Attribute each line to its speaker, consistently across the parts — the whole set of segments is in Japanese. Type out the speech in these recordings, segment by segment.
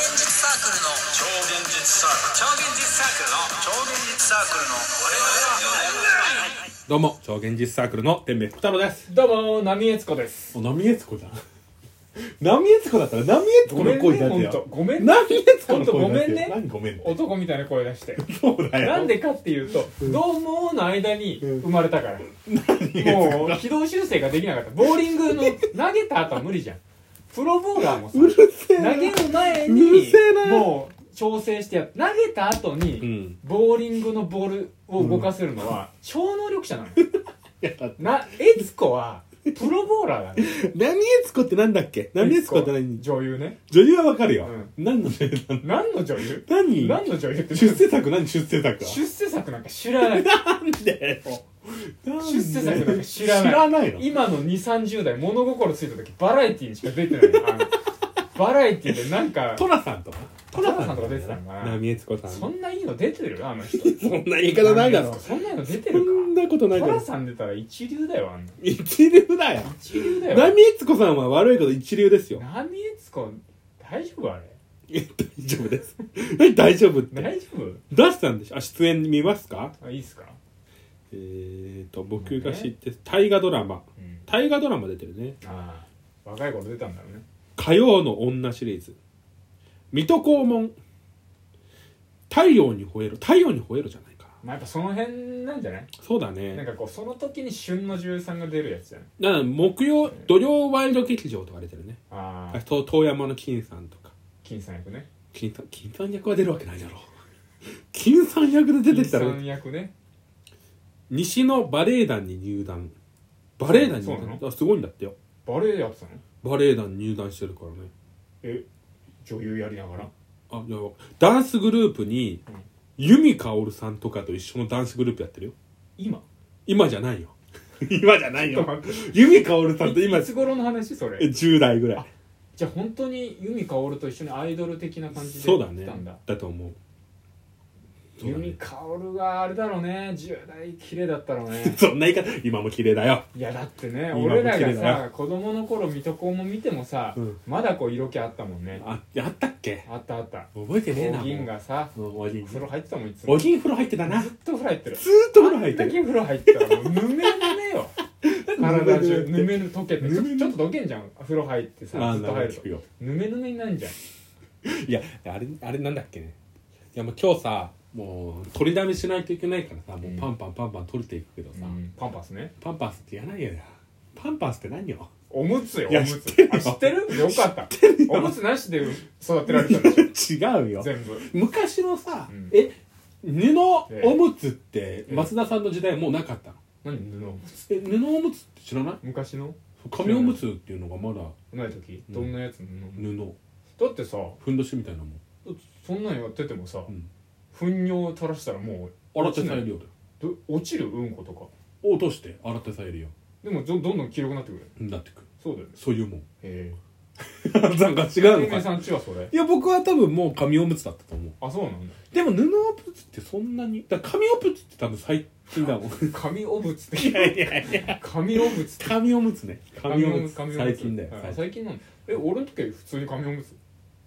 Speaker 1: クルの
Speaker 2: 超現実サーク
Speaker 1: 超現実サークルの
Speaker 2: ル超現実サークルの
Speaker 3: どうも超現実サークルの天明福太郎です
Speaker 4: どうも、波江津子です。
Speaker 3: お波悦子だ 波悦子だったら波悦子の声だってよ
Speaker 4: ごめんね
Speaker 3: 波悦子の声
Speaker 4: ほんとごめ
Speaker 3: 出
Speaker 4: ん
Speaker 3: せよ
Speaker 4: ね
Speaker 3: 何ごめんって
Speaker 4: 男みたいな声出して。
Speaker 3: そうだよ
Speaker 4: なんでかっていうと、どうもーの間に生まれたから。もう、軌道修正ができなかった。ボーリン グの投げた後は無理じゃん。プロボーラーもさ、
Speaker 3: うるせえな
Speaker 4: 投げる前
Speaker 3: うる
Speaker 4: に
Speaker 3: せえな、
Speaker 4: もう調整してやる。投げた後
Speaker 3: う
Speaker 4: に、
Speaker 3: ん
Speaker 4: ボーリングのボールを動かせるのは、超能力者なの。
Speaker 3: いやだって
Speaker 4: な、エツコは、プロボーラーだね。
Speaker 3: 波悦子ってなんだっけ波悦子って何
Speaker 4: 女優ね。
Speaker 3: 女優はわかるよ
Speaker 4: うん
Speaker 3: 何の女優なの
Speaker 4: 何の女優
Speaker 3: 何
Speaker 4: 何の女優って
Speaker 3: 出世作何出世作は
Speaker 4: 出世作なんか知らない
Speaker 3: なんでなんで
Speaker 4: 出世作なんか知らない
Speaker 3: 知らないの
Speaker 4: 今の2 3 0代物心ついた時バラエティーにしか出てないあのバラエティーでなんか
Speaker 3: トラさんとか
Speaker 4: トラさんとか出てたのかな
Speaker 3: 波悦子さん
Speaker 4: そんないいの出てるあの人
Speaker 3: そんな言い方ないだろ
Speaker 4: そんなの出て
Speaker 3: そ
Speaker 4: る
Speaker 3: んなことな
Speaker 4: か
Speaker 3: いだ
Speaker 4: トラ
Speaker 3: ろ
Speaker 4: さん出たら一流だよあんな
Speaker 3: 一流だよ
Speaker 4: 一流だ よ
Speaker 3: 波悦子さんは悪いこと一流ですよ
Speaker 4: 波江津子大丈夫あれ
Speaker 3: え大丈夫です え大丈夫って
Speaker 4: 大丈夫
Speaker 3: 出したんでしょあ出演見ますか
Speaker 4: あいいっすか
Speaker 3: えーと僕が知って大河ドラマ
Speaker 4: うん
Speaker 3: 大河ドラマ出てるね
Speaker 4: ああ若い頃出たんだろうね
Speaker 3: 火曜の女シリーズ水戸黄門太陽に吠えろ太陽に吠えろじゃないか
Speaker 4: まあやっぱその辺なんじゃない
Speaker 3: なそうだ
Speaker 4: なん
Speaker 3: ね
Speaker 4: かこうその時に旬の13が出るやつじゃない
Speaker 3: だから木曜土曜ワイルド劇場とか出てるね
Speaker 4: あ
Speaker 3: あ
Speaker 4: あ
Speaker 3: と遠山の金さんとか
Speaker 4: 金さん役ね
Speaker 3: 金さん金さん役は出るわけないだろう 金さん役で出てきたら
Speaker 4: 金さん役ね
Speaker 3: 西のバレエ団に入団バレエ団に
Speaker 4: そう
Speaker 3: 入
Speaker 4: な
Speaker 3: 団あすごいんだってよ
Speaker 4: バレエやってたの
Speaker 3: バレエ団に入団してるからね
Speaker 4: え女優やりながら
Speaker 3: あいやダンスグループに
Speaker 4: うん
Speaker 3: 由美かおるさんとかと一緒のダンスグループやってるよ
Speaker 4: 今
Speaker 3: 今じゃないよ 今じゃない
Speaker 4: ちょっと
Speaker 3: よ
Speaker 4: 待って
Speaker 3: 由美かおる さんと
Speaker 4: い
Speaker 3: 今
Speaker 4: いつ頃の話それ
Speaker 3: 10代ぐらい
Speaker 4: じゃあ本当に由美かおると一緒にアイドル的な感じで
Speaker 3: そうだ
Speaker 4: 来
Speaker 3: ね
Speaker 4: たんだ
Speaker 3: だと思うそう
Speaker 4: 由
Speaker 3: だね
Speaker 4: 美かおるはあれだろうね10代綺麗だったろう ね
Speaker 3: そんな言い方今も綺麗だよ
Speaker 4: いやだってね
Speaker 3: 今も綺麗
Speaker 4: 俺
Speaker 3: だ
Speaker 4: ら
Speaker 3: よ
Speaker 4: がさ子供の頃水戸黄門見てもさ、
Speaker 3: うん
Speaker 4: まだこう色気あったもんね
Speaker 3: あやったっけ
Speaker 4: あったあった
Speaker 3: 覚えてねえなもう
Speaker 4: 銀がさ
Speaker 3: うんおじん
Speaker 4: 風呂入ってたもんいつも
Speaker 3: お
Speaker 4: ず
Speaker 3: じん風呂入ってたなず
Speaker 4: っと風呂入ってる
Speaker 3: ーっと風呂入って
Speaker 4: あんだ
Speaker 3: る
Speaker 4: け風呂入 ったらもうぬめぬめよ体中ぬめぬ溶けて
Speaker 3: ぬめぬめ
Speaker 4: ちょっと溶けんじゃん風呂入って
Speaker 3: あ
Speaker 4: さ
Speaker 3: あ
Speaker 4: ずっと
Speaker 3: なる
Speaker 4: 入る
Speaker 3: ほ
Speaker 4: と
Speaker 3: どよ
Speaker 4: ぬめぬめになんじゃん
Speaker 3: いやあれあれなんだっけねいやもう今日さもう取りだめしないといけないからさもうパンパンパンパン取れていくけどさ、
Speaker 4: パンパスね
Speaker 3: パンパスってやらないよなパンパスって何よ
Speaker 4: おむつよ
Speaker 3: い
Speaker 4: お
Speaker 3: や
Speaker 4: む
Speaker 3: 知っ
Speaker 4: つ
Speaker 3: てるよ
Speaker 4: あ知ってるよかったおむつなしで育てられてたんでし
Speaker 3: 違う
Speaker 4: ょ
Speaker 3: よ
Speaker 4: 全部
Speaker 3: 昔のさ、
Speaker 4: うん
Speaker 3: え布
Speaker 4: え
Speaker 3: おむつって
Speaker 4: え
Speaker 3: 松田さんの時代もうなかったの
Speaker 4: 何布おむつ
Speaker 3: え布おむつって知らない
Speaker 4: 昔の
Speaker 3: 紙おむつっていうのがまだ
Speaker 4: ない時
Speaker 3: うん
Speaker 4: どんなやつの
Speaker 3: 布
Speaker 4: だってさ
Speaker 3: ふんどしみたいなもん
Speaker 4: そんなんやっててもさ
Speaker 3: ん
Speaker 4: 糞尿垂らしたらもう
Speaker 3: 洗っ
Speaker 4: 落
Speaker 3: て
Speaker 4: ち
Speaker 3: さ
Speaker 4: な
Speaker 3: える
Speaker 4: い
Speaker 3: よ
Speaker 4: ど落ちるうんことか
Speaker 3: 落として洗ってさえるよ
Speaker 4: でもどどんどん黄色くなってくる
Speaker 3: なってくる
Speaker 4: そうだよね
Speaker 3: そう いうもん
Speaker 4: へ
Speaker 3: なんか違
Speaker 4: え
Speaker 3: うのか
Speaker 4: さんちはそれ
Speaker 3: いや僕は多分もう紙おむつだったと思う
Speaker 4: あそうなんだ
Speaker 3: でも布おむつってそんなにだから紙おむつって多分最近だ もん
Speaker 4: 紙おぶつって紙おぶつって
Speaker 3: 紙おむつね紙おむつ
Speaker 4: 紙
Speaker 3: 最近だよ、
Speaker 4: はい
Speaker 3: 最近
Speaker 4: 最近なんだえ俺の時は普通に紙おむつ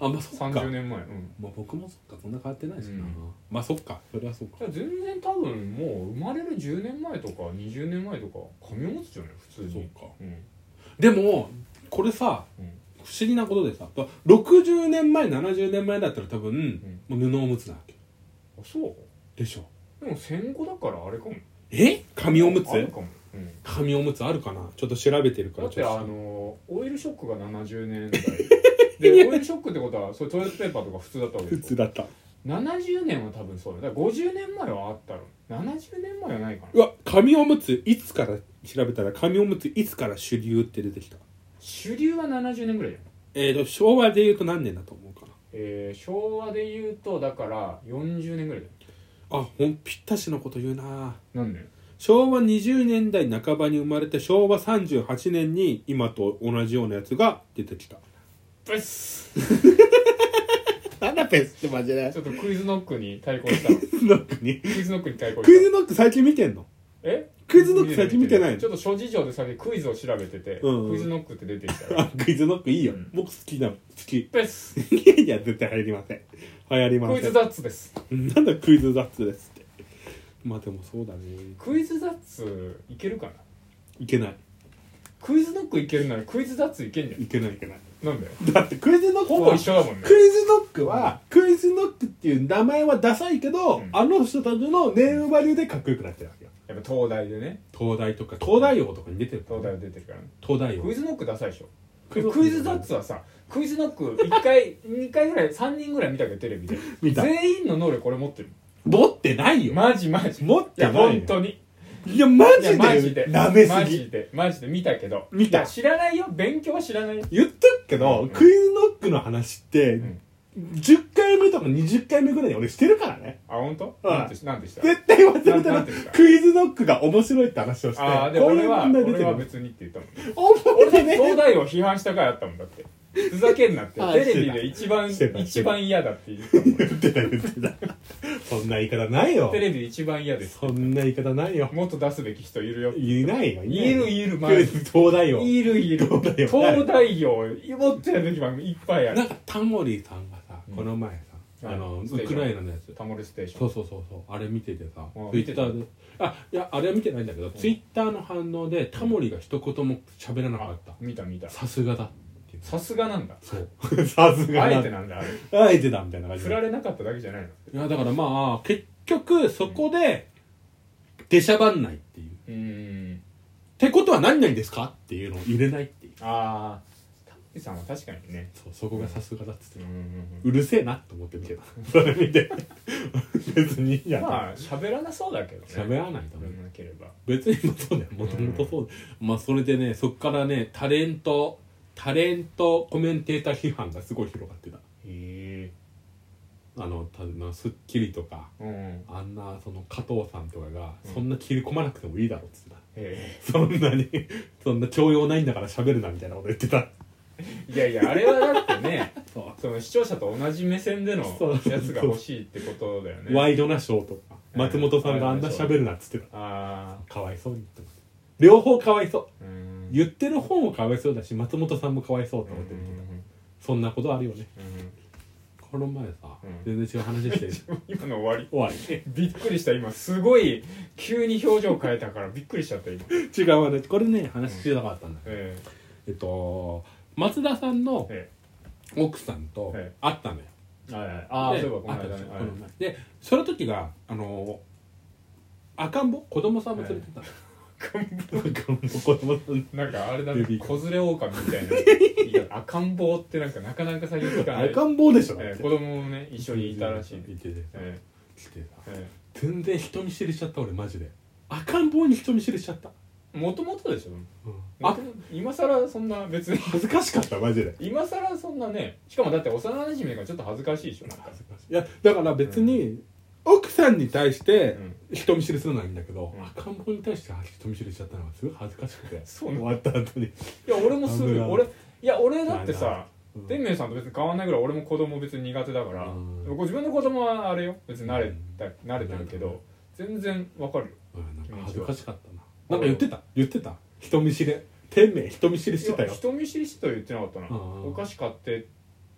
Speaker 3: あまあそっか
Speaker 4: 30年前うん
Speaker 3: まあ、僕もそっかそんな変わってないしな、
Speaker 4: うん
Speaker 3: まあそっかそれはそうか
Speaker 4: じゃあ全然多分もう生まれる10年前とか20年前とか紙おむつじゃない普通
Speaker 3: そう
Speaker 4: に
Speaker 3: か
Speaker 4: うん
Speaker 3: でもこれさ
Speaker 4: うん
Speaker 3: 不思議なことでさ60年前70年前だったら多分、もう布おむつなわけ
Speaker 4: あそう
Speaker 3: でしょ
Speaker 4: でも戦後だからあれかも
Speaker 3: え紙おむつ
Speaker 4: あるかもうん
Speaker 3: 紙おむつあるかなちょっと調べてるか
Speaker 4: だ
Speaker 3: ら
Speaker 4: っ
Speaker 3: ち
Speaker 4: て
Speaker 3: ょ
Speaker 4: あ
Speaker 3: と
Speaker 4: のオイルショックが70年 代でオイルショックってことはそれトイレットペーパーとか普通だったわけ
Speaker 3: 普
Speaker 4: でし
Speaker 3: 通
Speaker 4: ょ
Speaker 3: だった
Speaker 4: 70年は多分そうだよだから50年前はあったろ70年前はないか
Speaker 3: う
Speaker 4: な
Speaker 3: わ紙おむついつから調べたら紙おむついつから主流って出てきた
Speaker 4: 主流は70年ぐらいじゃん
Speaker 3: えっ、と昭和で言うと何年だと思うかな
Speaker 4: えー、昭和で言うとだから40年ぐらいだよ
Speaker 3: あほんぴったしのこと言うな
Speaker 4: 何年
Speaker 3: 昭和20年代半ばに生まれて昭和38年に今と同じようなやつが出てきた
Speaker 4: ブス
Speaker 3: なんだペスってマジで
Speaker 4: ちょっと クイズノックに対抗したの
Speaker 3: クイズノックに
Speaker 4: クイズノックに対抗
Speaker 3: クイ
Speaker 4: し
Speaker 3: ズノック最近見てんの
Speaker 4: たえ
Speaker 3: クイズノック最近見てない
Speaker 4: ちょっと諸事情でさっきクイズを調べてて、
Speaker 3: うん
Speaker 4: クイズノックって出てき たら
Speaker 3: あクイズノックいいよ、
Speaker 4: うん
Speaker 3: 僕好きな好き
Speaker 4: ペス
Speaker 3: いやいや絶対流行りません流行りま
Speaker 4: ク
Speaker 3: せ
Speaker 4: イ
Speaker 3: ん
Speaker 4: ズザッツです
Speaker 3: なんだクイズ雑ですってまあでもそうだね
Speaker 4: クイズザッツいけるかない
Speaker 3: けない
Speaker 4: クイズノックいけるならクイズザッツいけんじゃ
Speaker 3: いけないいけない
Speaker 4: んなんだよ
Speaker 3: だってクイズノックは
Speaker 4: ほぼ一緒だもんね
Speaker 3: クイズノックは、クイズノックっていう名前はダサいけど、
Speaker 4: うん
Speaker 3: あの人たちのネームバリューでかっこよくなってるわけよ
Speaker 4: やっぱ東大でね
Speaker 3: 東大とか東大王とかに出てるから
Speaker 4: 東大出てるからね
Speaker 3: 東大
Speaker 4: クイ
Speaker 3: 王
Speaker 4: ズノックダサいでしょ
Speaker 3: クイズノック
Speaker 4: クイズザッツはさクイズノック1回2 回ぐらい3人ぐらい見たけどテレビで
Speaker 3: 見た
Speaker 4: 全員の能力これ持ってる
Speaker 3: 持ってないよ、
Speaker 4: マジマジ
Speaker 3: 持ってない
Speaker 4: い
Speaker 3: よ
Speaker 4: や本当に
Speaker 3: いやマ
Speaker 4: い
Speaker 3: ジ
Speaker 4: や
Speaker 3: で
Speaker 4: マジで
Speaker 3: 舐めす
Speaker 4: マ
Speaker 3: ぎ
Speaker 4: ジでマジで見たけど
Speaker 3: 見た
Speaker 4: いや知らないよ勉強は知らないよ
Speaker 3: 言っとくけど、
Speaker 4: うん
Speaker 3: クイズノックの話って、
Speaker 4: ん
Speaker 3: 10回目とか20回目ぐらいで俺してるからね
Speaker 4: あ本当
Speaker 3: うん
Speaker 4: なんてなんてした
Speaker 3: 絶対忘れ
Speaker 4: な
Speaker 3: た
Speaker 4: な
Speaker 3: ら
Speaker 4: んて言った
Speaker 3: クイズノックが面白いって話をして
Speaker 4: ああでも
Speaker 3: こうい
Speaker 4: 俺
Speaker 3: う
Speaker 4: は
Speaker 3: 問題出て
Speaker 4: 俺
Speaker 3: る
Speaker 4: は別にって言ったもんね
Speaker 3: 思ってね
Speaker 4: 東大を批判した回あったもんだってふざけんなって
Speaker 3: あ
Speaker 4: テレビで一番
Speaker 3: してたしてた
Speaker 4: 一番嫌だって言ったもん
Speaker 3: 言ってた言ってたそんな言い方ないよ
Speaker 4: テレビで一番嫌です
Speaker 3: そんな言い方ないよ
Speaker 4: もっと出すべき人いるよ
Speaker 3: いないよ
Speaker 4: いるいるマジ
Speaker 3: 東大王
Speaker 4: いるいる
Speaker 3: 東大王
Speaker 4: 東大王もっとやる時番いっぱいあ
Speaker 3: なん
Speaker 4: る
Speaker 3: かタモリさんがさ
Speaker 4: うん
Speaker 3: この前さ
Speaker 4: はい
Speaker 3: あの
Speaker 4: ステー
Speaker 3: ウ
Speaker 4: ジ
Speaker 3: クライナのやつ
Speaker 4: タモリステーショ
Speaker 3: そ
Speaker 4: ン
Speaker 3: うそうそうそうあれ見ててさ
Speaker 4: あ
Speaker 3: ツイッターであいやあれは見てないんだけどツイッターの反応でタモリが一言も喋らなかった
Speaker 4: 見た見た
Speaker 3: さすがだっていう
Speaker 4: さすがなんだ
Speaker 3: そう さす
Speaker 4: あ
Speaker 3: が
Speaker 4: え
Speaker 3: だ
Speaker 4: てなんだあれ
Speaker 3: あえてだみたいな感じ
Speaker 4: 振
Speaker 3: で
Speaker 4: られなかっただけじゃないの
Speaker 3: いやだからまあ結局そこで出しゃばんないっていう
Speaker 4: うーん
Speaker 3: ってことは何々ですかっていうのを入れないっていう
Speaker 4: ああタモリさんは確かにね
Speaker 3: そうそこがさすがだっつって
Speaker 4: うんうんうん
Speaker 3: うるせえなと思って見てたそれ見て別にいいや
Speaker 4: まあ喋らなそうだけどね
Speaker 3: 喋らないと思う
Speaker 4: 喋らなければ
Speaker 3: 別にもそうだよもともとそうだよまあそれでねそっからねタレントタレントコメンテーター批判がすごい広がってた
Speaker 4: へえ
Speaker 3: あのたな『スッキリ』とか
Speaker 4: うんへ
Speaker 3: あんなその加藤さんとかがそんな切り込まなくてもいいだろうっつってた
Speaker 4: え
Speaker 3: そんなにそんな教養ないんだから喋るなみたいなこと言ってた
Speaker 4: いやいやあれはだってね
Speaker 3: そ
Speaker 4: その視聴者と同じ目線でのやつが欲しいってことだよ
Speaker 3: うワ
Speaker 4: ね
Speaker 3: イドなショーとか松本さんがあんな喋るなっつってた
Speaker 4: あ
Speaker 3: かわいそうにって思って両方かわいそう
Speaker 4: あうん
Speaker 3: 言ってる方もかわいそうだし松本さんもかわいそうと
Speaker 4: うんう
Speaker 3: 思ってるけど
Speaker 4: ん
Speaker 3: そんなことあるよね
Speaker 4: うん
Speaker 3: この前さ、
Speaker 4: うん
Speaker 3: 全然違う話して
Speaker 4: 今の終わり
Speaker 3: 終わり
Speaker 4: びっくりした今すごい急に表情変えたからびっくりしちゃった今
Speaker 3: 違う話これね話しなかったんだけど、
Speaker 4: え
Speaker 3: えっと松田さんの
Speaker 4: ええ
Speaker 3: 奥さんと
Speaker 4: ええ
Speaker 3: 会ったのよ、
Speaker 4: えはいはいああ
Speaker 3: で
Speaker 4: そういえばこの
Speaker 3: 会ったで
Speaker 4: 間
Speaker 3: し
Speaker 4: ね
Speaker 3: ょ
Speaker 4: は
Speaker 3: この前でその時があの赤ん坊子供さんも連れてたの、赤ん坊子供さん
Speaker 4: いなんかあれだ
Speaker 3: ベビ
Speaker 4: ね
Speaker 3: ー
Speaker 4: 子連れ狼みたいないや赤ん坊ってなんかなかなか最近聞かな い
Speaker 3: 赤ん坊でしょ、
Speaker 4: ええ子供もね一緒にいたらしい
Speaker 3: いてて
Speaker 4: え
Speaker 3: 来てさ
Speaker 4: ええ
Speaker 3: 全然人見知りしちゃった俺マジで赤ん坊に人見知りしちゃった、
Speaker 4: えもともとでしょ
Speaker 3: あ
Speaker 4: あ今さらそんな別に
Speaker 3: 恥ずかしかったマジで
Speaker 4: 今さらそんなねしかもだって幼馴染がちょっと恥ずかしいでしょなんか、
Speaker 3: いやだから別に奥さんに対して
Speaker 4: うん
Speaker 3: 人見知りするのはいいんだけど、
Speaker 4: うん
Speaker 3: 赤ん坊に対して人見知りしちゃったのがすごい恥ずかしくて
Speaker 4: そうな
Speaker 3: 終
Speaker 4: の
Speaker 3: わった後に
Speaker 4: いや俺もする
Speaker 3: 危な
Speaker 4: よ
Speaker 3: い
Speaker 4: 俺いや俺だってさ
Speaker 3: うん
Speaker 4: 天明さんと別に変わんないぐらい俺も子供別に苦手だから、
Speaker 3: うん
Speaker 4: でも自分の子供はあれよ別に慣れた、
Speaker 3: う
Speaker 4: 慣れてるけど全然わかるよ
Speaker 3: うんなんか
Speaker 4: うん
Speaker 3: 恥ずかしかったななんか言ってた言ってた人見知り天命人見知りしてた
Speaker 4: い
Speaker 3: よ
Speaker 4: や人見知りしてとは言ってなかったな、
Speaker 3: うん
Speaker 4: お菓子買って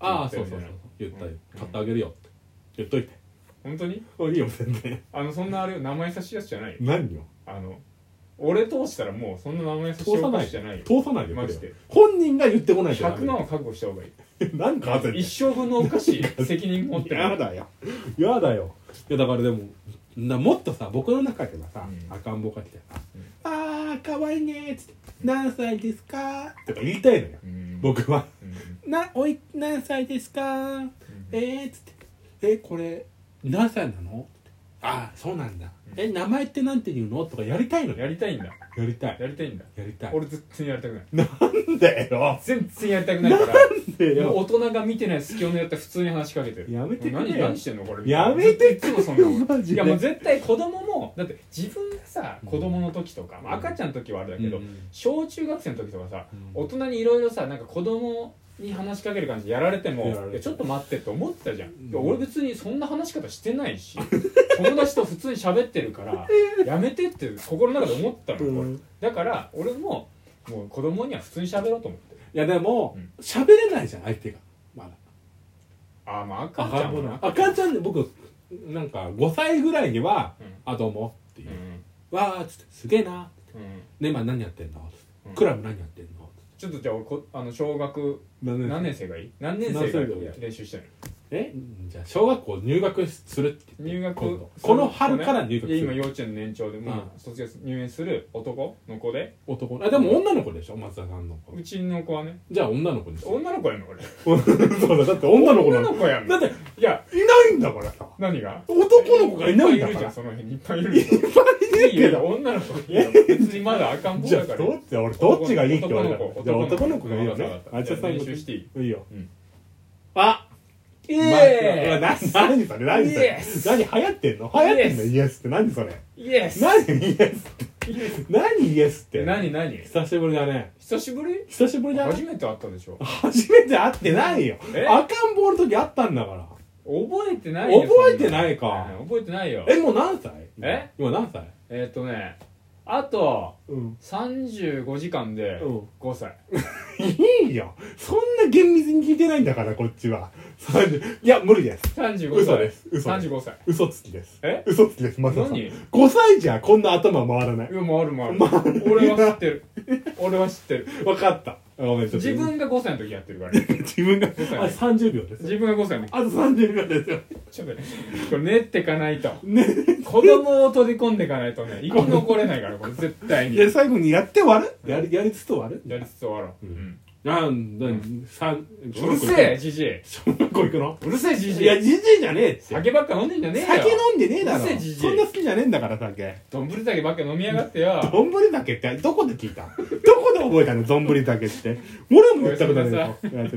Speaker 3: ああそうそうそう言ったよ、
Speaker 4: うん
Speaker 3: 買ってあげるよって言っといて
Speaker 4: 本当に
Speaker 3: あいいよ全然
Speaker 4: あのそんなあれよ名前差しやすじゃないよ
Speaker 3: 何よ
Speaker 4: あの俺通したらもうそんな名前差し
Speaker 3: 通さ
Speaker 4: お
Speaker 3: な
Speaker 4: 菓
Speaker 3: い
Speaker 4: 子じゃないよ
Speaker 3: 通さないよ
Speaker 4: マジで
Speaker 3: 本人が言ってこないとダメ
Speaker 4: 100万は覚悟した方がいい
Speaker 3: なんか焦って
Speaker 4: 一生分のお菓子責任持って
Speaker 3: やだよやだよいやだからでもなもっとさ僕の中ではさ、
Speaker 4: うん
Speaker 3: 赤ん坊が来てさ「
Speaker 4: うん
Speaker 3: あーかわいいね」っつって「何歳ですか?」とか言いたいのよ
Speaker 4: うん
Speaker 3: 僕は
Speaker 4: う
Speaker 3: 「
Speaker 4: ん
Speaker 3: なおい何歳ですかえー」っつって「えこれ何歳なの?」ってああそうなんだ
Speaker 4: う」ん
Speaker 3: え名前ってなんて言うの?」とかやりたいのよ
Speaker 4: やりたいんだ
Speaker 3: やりたい
Speaker 4: やりたいんだ
Speaker 3: やりたい
Speaker 4: 俺絶対やりたくない
Speaker 3: なんでよ
Speaker 4: 全然やりたくないから
Speaker 3: なんで
Speaker 4: もう
Speaker 3: よ
Speaker 4: 大人が見てない隙を狙って普通に話しかけてる
Speaker 3: やめてくれよ
Speaker 4: もう何何してんのこれ
Speaker 3: やめて
Speaker 4: ずっといつもそんなもん
Speaker 3: マジで
Speaker 4: いやもう絶対子供もだって自分がさ子供の時とか、まあ赤ちゃんの時はあれだけど、
Speaker 3: うん
Speaker 4: 小中学生の時とかさ
Speaker 3: うん
Speaker 4: 大人にいろいろさなんか子供に話しかける感じでやられても
Speaker 3: やられ
Speaker 4: 「
Speaker 3: て
Speaker 4: いやちょっと待って」って思ってたじゃん、
Speaker 3: ん
Speaker 4: いや俺別にそんな話し方してないし友達と普通に喋ってるから やめてって心の中で思ったの、
Speaker 3: うん
Speaker 4: これだから俺ももう子供には普通に喋ろうと思って
Speaker 3: いやでも
Speaker 4: うん
Speaker 3: 喋れないじゃん相手がまだ
Speaker 4: ああまあ赤ちゃんもな
Speaker 3: 赤ちゃんで僕なんか5歳ぐらいには
Speaker 4: うん
Speaker 3: 「あどうも」っていうう
Speaker 4: う
Speaker 3: 「
Speaker 4: ん
Speaker 3: わー」っつって「すげえな」
Speaker 4: うん
Speaker 3: 「ね今何やってんの?」
Speaker 4: うん
Speaker 3: クラブ何やってんの?
Speaker 4: ちょっとじゃあ俺こあの小学」何年生がいい何年生が練習してる
Speaker 3: えじゃあ小学校入学するって言って
Speaker 4: 入学
Speaker 3: 今度この春から入学す
Speaker 4: いや今
Speaker 3: る
Speaker 4: 幼稚園の年長で、ま
Speaker 3: う
Speaker 4: あ、卒業入園する男の子で
Speaker 3: 男のあでも女の子でしょ松田さんの子
Speaker 4: うちの子はね
Speaker 3: じゃあ女の子にしよう
Speaker 4: 女の子やんのこれ
Speaker 3: そうだだって女の子な
Speaker 4: 女
Speaker 3: の
Speaker 4: の子やん
Speaker 3: だ
Speaker 4: の
Speaker 3: って
Speaker 4: いや
Speaker 3: いないんだからさ
Speaker 4: 何が
Speaker 3: 男の子がいないんだ
Speaker 4: っぱ
Speaker 3: か
Speaker 4: いるじゃ
Speaker 3: ら
Speaker 4: んその辺にいっぱいいるいっぱいいるけど女の子いや別にまだ赤ん坊
Speaker 3: じゃ
Speaker 4: だ
Speaker 3: あ
Speaker 4: から
Speaker 3: どっち俺どっちがいいって言われた
Speaker 4: 男
Speaker 3: ら
Speaker 4: の子
Speaker 3: じゃあ男の子がいいよ
Speaker 4: わか
Speaker 3: ね
Speaker 4: った
Speaker 3: あいつは最後
Speaker 4: 練習していい
Speaker 3: いいよ
Speaker 4: うん
Speaker 3: あイ
Speaker 4: エーイ
Speaker 3: な何それ何そ
Speaker 4: イエ
Speaker 3: れ
Speaker 4: ス
Speaker 3: 何流行ってんの流行ってんの
Speaker 4: イエス
Speaker 3: イエスって何それ
Speaker 4: イエス
Speaker 3: 何イエスって
Speaker 4: イエス
Speaker 3: 何イエスって
Speaker 4: 何何
Speaker 3: 久しぶりだね
Speaker 4: 久しぶり
Speaker 3: 久しぶりだね
Speaker 4: 初めて会ったでしょ
Speaker 3: 初めて会ってないよ
Speaker 4: え
Speaker 3: 赤ん坊の時会ったんだから
Speaker 4: 覚えてないよ
Speaker 3: 覚えてない
Speaker 4: そんな
Speaker 3: か
Speaker 4: うん覚えてないよ
Speaker 3: えもう何歳
Speaker 4: え
Speaker 3: 今何歳
Speaker 4: えーっとねあと
Speaker 3: うん
Speaker 4: 35時間で
Speaker 3: うん
Speaker 4: 5歳
Speaker 3: いいよそんな厳密に聞いてないんだからこっちは30いや無理です
Speaker 4: 35
Speaker 3: 嘘
Speaker 4: 歳
Speaker 3: です嘘です
Speaker 4: 35歳
Speaker 3: 嘘つきです
Speaker 4: え
Speaker 3: 嘘つきですマサさん
Speaker 4: 何
Speaker 3: 5歳じゃこんな頭回らない
Speaker 4: いやもうあ るもある俺は知ってる俺は知ってる
Speaker 3: 分かったごめんちょっと
Speaker 4: 自分が5歳の時やってるから
Speaker 3: 自分があ
Speaker 4: 歳
Speaker 3: 30秒です
Speaker 4: 自分が5歳の時
Speaker 3: あと30秒ですよ
Speaker 4: ちょっとねこれ練ってかないと
Speaker 3: ね
Speaker 4: 子供を取り込んでいかないとね生き残れないからこれ絶対
Speaker 3: い
Speaker 4: にや
Speaker 3: や最後にやって終わるやりやりつつ終わる
Speaker 4: りつつ終わろう、うん
Speaker 3: なんだ三
Speaker 4: うるせえじじいう
Speaker 3: 小学校行くの
Speaker 4: るせえじじ
Speaker 3: いや
Speaker 4: い
Speaker 3: じじいじゃねえって
Speaker 4: 酒ばっか飲んでんじゃねえよ
Speaker 3: 酒飲んでねえだろ
Speaker 4: うるせえじじい
Speaker 3: そんな好きじゃねえんだから酒
Speaker 4: どんぶり酒ばっか飲みやがってよ
Speaker 3: どんぶり酒ってどこで聞いたどこで覚えたのどんぶり酒って俺も言ったことないの